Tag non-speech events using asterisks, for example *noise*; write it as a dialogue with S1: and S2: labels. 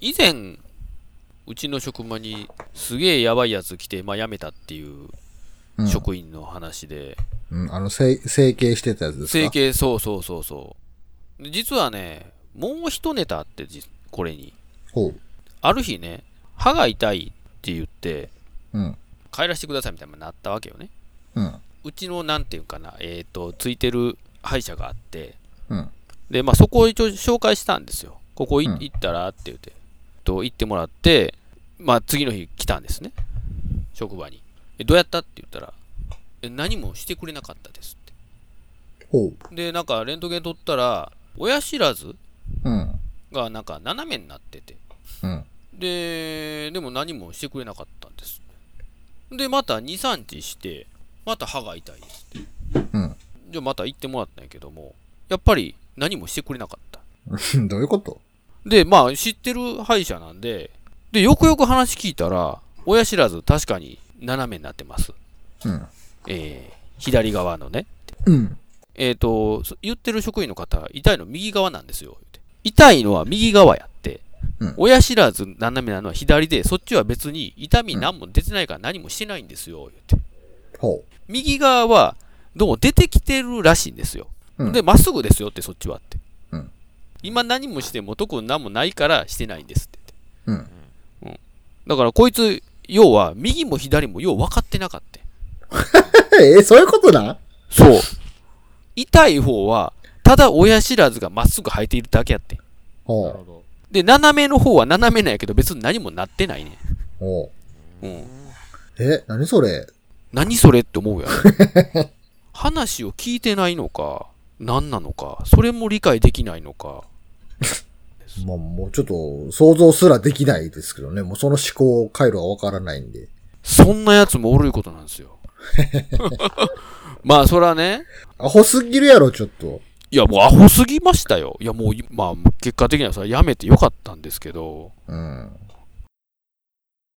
S1: 以前、うちの職場にすげえやばいやつ来て、まあ辞めたっていう
S2: うん
S1: 職員の話で、
S2: うん、あの、整整形してたやつですか
S1: 整形、そうそうそうそう。で実はね、もう一ネタあって、じこれに。
S2: ほう。
S1: ある日ね、歯が痛いって言って、
S2: うん。
S1: 帰らせてくださいみたいになったわけよね。
S2: うん。
S1: うちの、なんていうんかな、えっ、と、ついてる歯医者があって、
S2: うん。
S1: で、まあ、そこを一応紹介したんですよ。ここい
S2: うん
S1: 行ったらって言って、と行ってもらって、まあ、次の日来たんですね。職場に。えどうやったって言ったら、え何もしてくれなかったですっ
S2: ほう。
S1: て。で、なんか、レントゲン撮ったら、親知らず
S2: うん。
S1: がなんか斜めになってて、
S2: うん。
S1: で、でも何もしてくれなかったんです。で、また2、3日して、また歯が痛いですって。
S2: うん。
S1: じゃあまた行ってもらったんやけども、やっぱり何もしてくれなかった。
S2: *laughs* どういうこと
S1: で、まあ知ってる歯医者なんで、で、よくよく話聞いたら、親知らず確かに斜めになってます。
S2: うん。
S1: えー、左側のね。
S2: うん。
S1: えっ、と、そ言ってる職員の方、痛いの右側なんですよ。言うて痛いのは右側やって、
S2: うん
S1: 親知らず斜めなのは左で、そっちは別に痛み何も出てないから何もしてないんですよ。言って
S2: ほ
S1: 右側は、どうも出てきてるらしいんですよ。
S2: う。うん、
S1: で、まっすぐですよって、そっちはって。
S2: うん
S1: 今何もしても特に何もないからしてないんですって言って
S2: うん。 *laughs*
S1: だからこいつ、要は右も左もよう分かってなかった。
S2: えそういうことだ
S1: そう。痛い方は、ただ親知らずがまっすぐ生えているだけやってん。
S2: ほ
S3: なるほ。
S2: う
S3: ど。
S1: で、斜めの方は斜めなんやけど別に何もなってないね。
S2: ほ
S1: うん。
S2: う。え、何それ
S1: 何それって思うやろ。 *laughs* 話を聞いてないのか、何なのか、それも理解できないのか。
S2: まあ、もうちょっと想像すらできないですけどね。もうその思考回路はわからないんで。
S1: そんなやつもおるいうことなんです *laughs* よ。まあ、そらね、
S2: アホすぎるやろ、ちょっと。
S1: いや、もうアホすぎましたよ。いや、もう、まあ、結果的にはそれやめてよかったんですけど、
S2: うん。